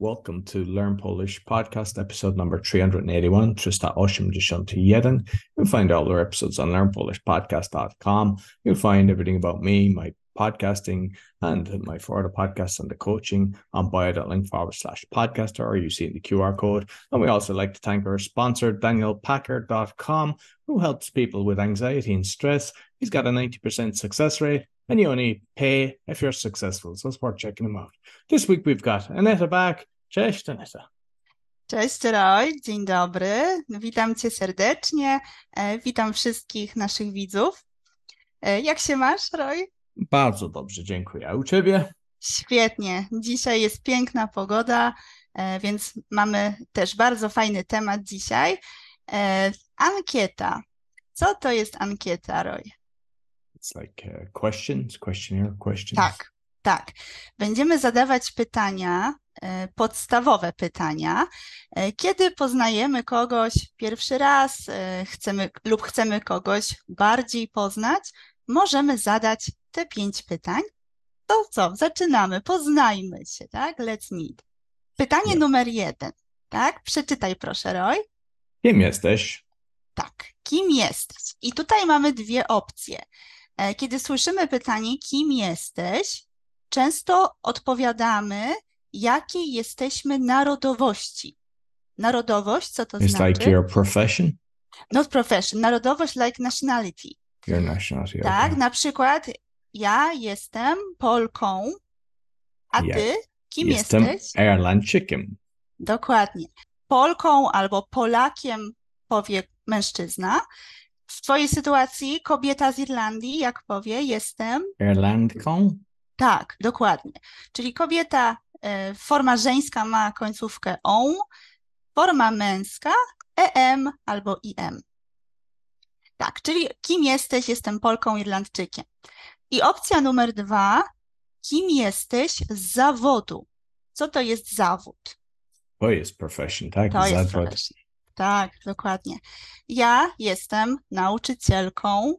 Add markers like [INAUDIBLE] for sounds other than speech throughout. Welcome to Learn Polish podcast, episode number 381, 381. You'll find all our episodes on learnpolishpodcast.com. You'll find everything about me, my podcasting, and my for other podcasts and the coaching on bio.link forward slash podcaster, or you see in the QR code. And we also like to thank our sponsor, danielpacker.com, who helps people with anxiety and stress. He's got a 90% success rate and you only pay if you're successful. So it's worth checking them out. This week we've got Aneta back. Cześć, Aneta. Cześć Roy, dzień dobry. Witam cię serdecznie. E, Witam wszystkich naszych widzów. E, Jak się masz, Roy? Bardzo dobrze, dziękuję. A u ciebie? Świetnie. Dzisiaj jest piękna pogoda, e, więc mamy też bardzo fajny temat dzisiaj. E, Ankieta. Co to jest ankieta, Roy? It's like uh, questions, questionnaire, questions. Tak, tak. Będziemy zadawać pytania, e, podstawowe pytania. E, Kiedy poznajemy kogoś pierwszy raz, e, chcemy lub chcemy kogoś bardziej poznać, możemy zadać te pięć pytań. To co? Zaczynamy. Poznajmy się, tak? Let's meet. Pytanie Nie. numer jeden, tak? Przeczytaj proszę, Roy. Kim jesteś? Tak, kim jesteś? I tutaj mamy dwie opcje. E, Kiedy słyszymy pytanie, kim jesteś, często odpowiadamy, jakiej jesteśmy narodowości. Narodowość, co to It's znaczy? like your profession, Not profession, narodowość like nationality. your nationality. Tak, okay. na przykład ja jestem Polką, a Ja ty kim Jestem jesteś? Irlandczykiem. Dokładnie. Polką albo Polakiem powie mężczyzna. W twojej sytuacji kobieta z Irlandii, jak powie, jestem. Irlandką? Tak, dokładnie. Czyli kobieta, e, forma żeńska ma końcówkę on, forma męska em albo im. Tak, czyli kim jesteś? Jestem Polką, Irlandczykiem. I opcja numer dwa, kim jesteś z zawodu? Co to jest zawód? To jest profession, tak? To jest Zawód. profession. Tak, dokładnie. Ja jestem nauczycielką.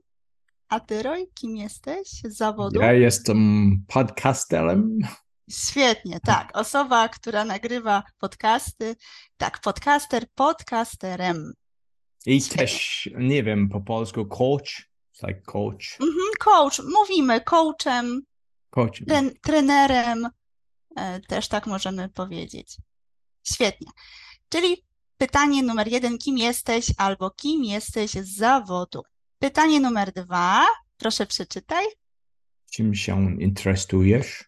A ty, Roy, kim jesteś z zawodu? Ja jestem podcasterem. Świetnie, tak. Osoba, która nagrywa podcasty. Tak, podcaster, podcasterem. I Świetnie. też, nie wiem po polsku, coach. It's like coach. Mhm, coach, mówimy coachem, Coach. tren, trenerem. E, Też tak możemy powiedzieć. Świetnie. Czyli pytanie numer jeden, kim jesteś albo kim jesteś z zawodu? Pytanie numer dwa, proszę przeczytaj. Czym się interesujesz?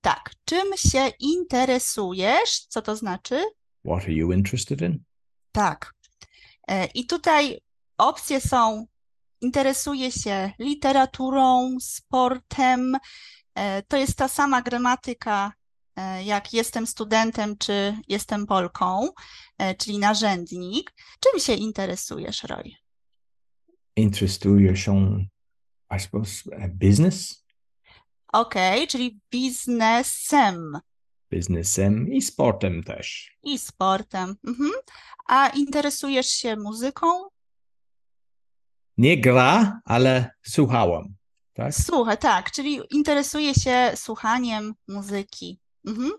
Tak, czym się interesujesz? Co to znaczy? What are you interested in? Tak. E, I tutaj opcje są: interesuje się literaturą, sportem. E, To jest ta sama gramatyka, e, jak jestem studentem czy jestem Polką, e, czyli narzędnik. Czym się interesujesz, Roy? Interesuje się, I suppose, uh, business, Okej, czyli biznesem biznesem i sportem też. i sportem. Mhm. A interesujesz się muzyką? Nie gra, ale słuchałam. Tak? Słucha, tak, czyli interesuje się słuchaniem muzyki. Mhm.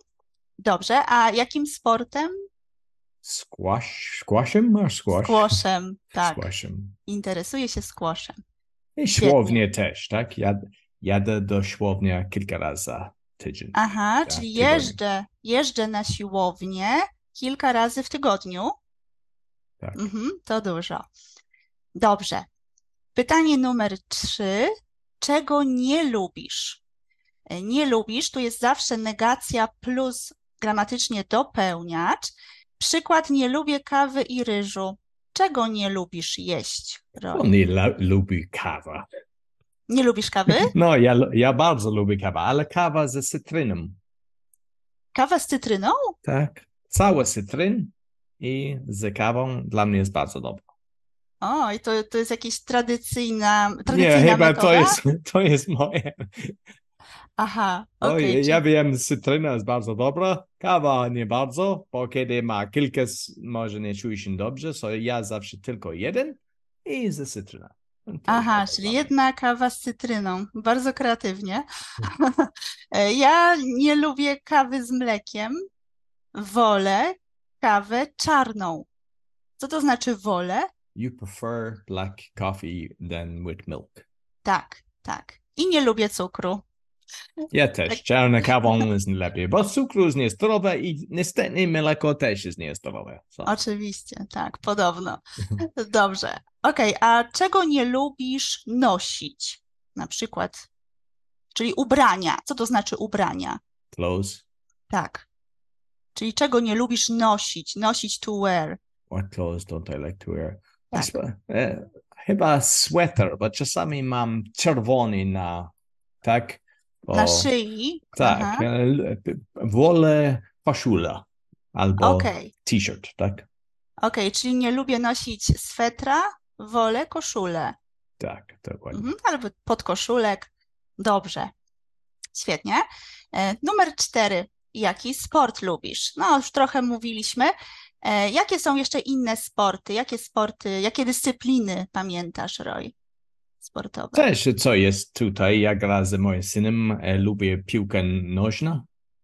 Dobrze, a jakim sportem? Squash, squashem or squash? Squashem, tak. Squashem. Interesuje się squashem. I siłownię też, tak? Jad, jadę do siłownia kilka razy za tydzień. Aha, Tak, czyli tygodnie. jeżdżę, jeżdżę na siłownię kilka razy w tygodniu. Tak. Mhm, to dużo. Dobrze. Pytanie numer trzy. Czego nie lubisz? E, Nie lubisz, tu jest zawsze negacja plus gramatycznie dopełniacz. Przykład, nie lubię kawy i ryżu. Czego nie lubisz jeść, Roy? On nie lu- lubi kawa. Nie lubisz [LAUGHS] kawy? No, ja, lu- ja bardzo lubię kawę, ale kawa ze cytryną. Kawa z cytryną? Tak. Cały cytryn i z kawą dla mnie jest bardzo dobra. O, i to, to jest jakaś tradycyjna, Nie, tradycyjna chyba to metoda? jest, to jest moje. Aha, Oj, okej, czyli- ja wiem, cytryna jest bardzo dobra, kawa nie bardzo, bo kiedy ma kilka, s- może nie czuje się dobrze, so ja zawsze tylko jeden i z cytryna. No To znaczy. jest Aha, dobre czyli dla mnie. jedna kawa z cytryną. Bardzo Hmm. [LAUGHS] kreatywnie. E, Ja nie lubię kawy z mlekiem. Wolę kawę czarną. Co to znaczy wolę? You prefer black coffee than with milk. Tak, tak. I nie lubię cukru. Ja Tak. też. Czarna kawą jest lepiej, bo cukru jest niezdrowe i niestety mleko też jest niezdrowe. So. Oczywiście, tak, podobno. Mhm. [LAUGHS] Dobrze. Okej, a czego nie lubisz nosić? Na przykład, czyli ubrania. Co to znaczy ubrania? Clothes Tak. Czyli czego nie lubisz nosić? Nosić to wear. What clothes don't I like to wear? Tak. Swe- e, chyba sweter, bo czasami mam czerwony na, tak? Bo, Na szyi. Tak, Aha. e, l- p- wolę koszula albo Okej, okej, t-shirt, tak? czyli nie lubię nosić swetra, wolę koszulę. Tak, dokładnie. Mhm, albo podkoszulek. Dobrze. Świetnie. E, numer cztery. Jaki sport lubisz? No, już trochę mówiliśmy. E, jakie są jeszcze inne sporty? Jakie sporty, jakie dyscypliny pamiętasz, Roy? Sportowe. Też, co jest tutaj, ja gra z moim synem, e, lubię piłkę nożną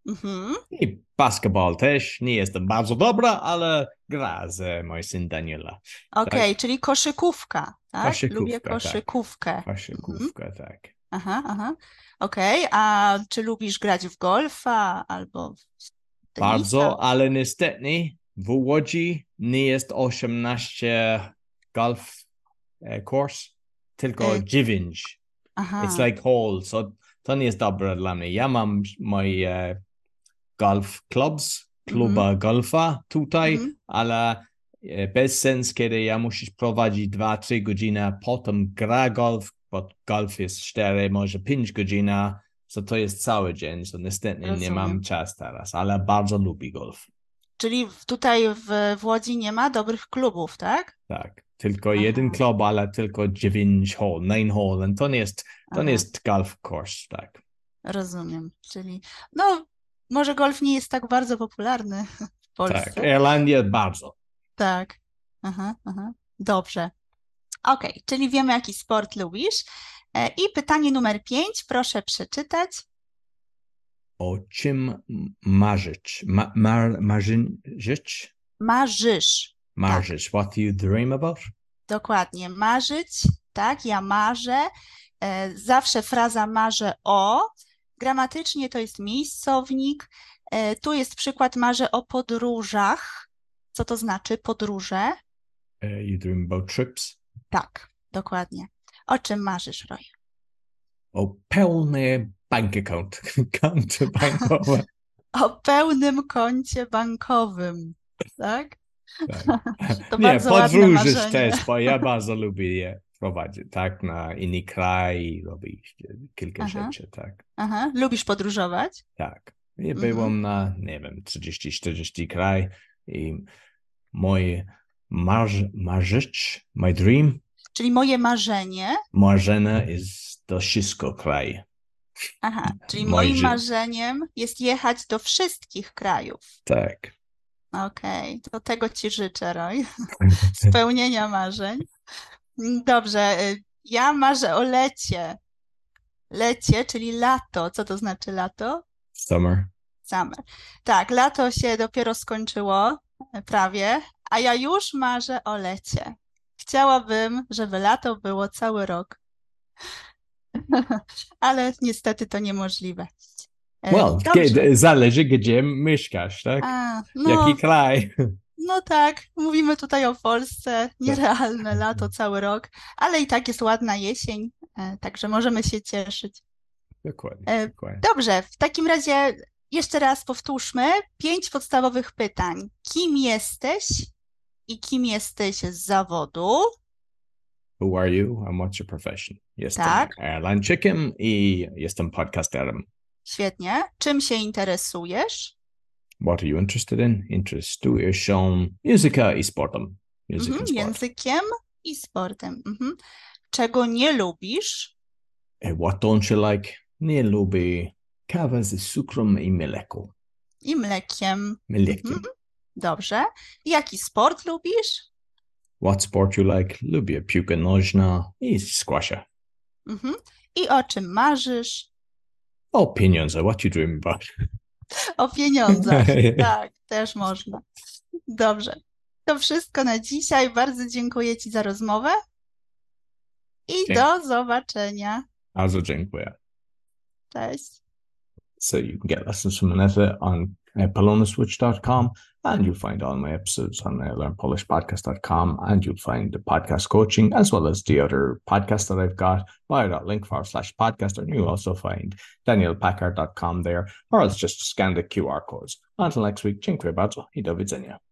Mhm, i basketball też, nie jestem bardzo dobra, ale gra z moim synem Daniela. Okej, czyli koszykówka, tak? Lubię Koszykówka, tak. koszykówkę. Mhm. Koszykówka, tak. Aha, aha. Okej, a czy lubisz grać w golfa albo w tenisa? Bardzo, ale niestety w Łodzi nie jest 18 golf e, course, tylko E, 9. Aha. It's like hole, so to nie jest dobre dla mnie. Ja mam moje golf clubs, kluba golfa tutaj, Mhm. ale e, bez sens, kiedy ja musisz prowadzić 2-3 godziny, potem gra golf, bo golf jest 4, może 5 godzin, so to jest cały dzień, so niestety nie Rozumiem. mam czasu teraz, ale bardzo lubię golf. Czyli w- tutaj w, w Łodzi nie ma dobrych klubów, tak? Tak, tylko Aha. jeden klub, ale tylko 9 hole, 9 hole, and to nie jest, to Aha, nie jest golf course, tak. Rozumiem. Czyli no, może golf nie jest tak bardzo popularny [LAUGHS] w Tak, Polsce. Irlandia bardzo. Tak. Aha, aha. Dobrze. Okej, czyli wiemy, jaki sport lubisz. E, I pytanie numer pięć, proszę przeczytać. O czym marzyć? Ma, mar, marzyć? Marzysz. Tak. Marzyć. What do you dream about? Dokładnie, marzyć, tak, ja marzę. E, Zawsze fraza marzę o. Gramatycznie to jest miejscownik. E, Tu jest przykład marzę o podróżach. Co to znaczy podróże? Uh, you dream about trips? Tak, dokładnie. O czym marzysz, Roy? O pełny bank account. [LAUGHS] Konto bankowe. O pełnym koncie bankowym, tak? Tak. [LAUGHS] To Nie, bardzo ładne podróżysz marzenie. też, bo [LAUGHS] ja bardzo lubię je prowadzić, tak, na inny kraj, robić kilka Aha. rzeczy, tak, Aha, lubisz podróżować? tak. I Mhm. byłam na, nie wiem, 30-40 kraj i moje marz, marzyć, my dream Czyli moje marzenie, Marzena jest to wszystko kraj. aha, czyli Moje moim ży- marzeniem jest jechać do wszystkich krajów. Tak. Okej, to tego ci życzę, Roy. Spełnienia marzeń. Dobrze, y, ja marzę o lecie. Lecie, czyli lato. Co to znaczy lato? [LAUGHS] Summer. Summer. Tak, lato się dopiero skończyło, y, prawie, a ja już marzę o lecie. Chciałabym, żeby lato było cały rok. [LAUGHS] Ale niestety to niemożliwe. Y, Well, E, dobrze. kiedy, zależy gdzie mieszkasz, tak? A, no. E, Jaki kraj? No tak, mówimy tutaj o Polsce, Tak. nierealne Mhm. lato cały rok, ale i tak jest ładna jesień, e, także możemy się cieszyć. [LAUGHS] Dokładnie, E, dokładnie. Dobrze, w takim razie jeszcze raz powtórzmy pięć podstawowych pytań. Kim jesteś i kim jesteś z zawodu? Who are you and what's your profession? Jestem Tak. Irlandczykiem i jestem podcasterem. Świetnie. Czym się interesujesz? What are you interested in? Interesuje się muzyka i sportem. Music Mhm, and sport. językiem i sportem. Mhm. Czego nie lubisz? E, What don't you like? Nie lubię kawę z cukrem i mleko. I mlekiem. Mlekiem. Mhm. Dobrze. Jaki sport lubisz? What sport you like? Lubię piłkę nożną i squasha. Mhm. I o czym marzysz? opinions are what you dream about. O pieniądzach. Tak, też można. Dobrze. To wszystko na dzisiaj. Bardzo dziękuję Ci za rozmowę i Dzięki. do zobaczenia. Bardzo dziękuję. Cześć. So you can get lessons from Aneta on uh, polonaswitch.com and you'll find all my episodes on uh, learnpolishpodcast.com and you'll find the podcast coaching as well as the other podcasts that I've got bio.link forward slash podcast and you'll also find danielpackard.com there or else just scan the QR codes. Until next week, dziękuję bardzo i do widzenia.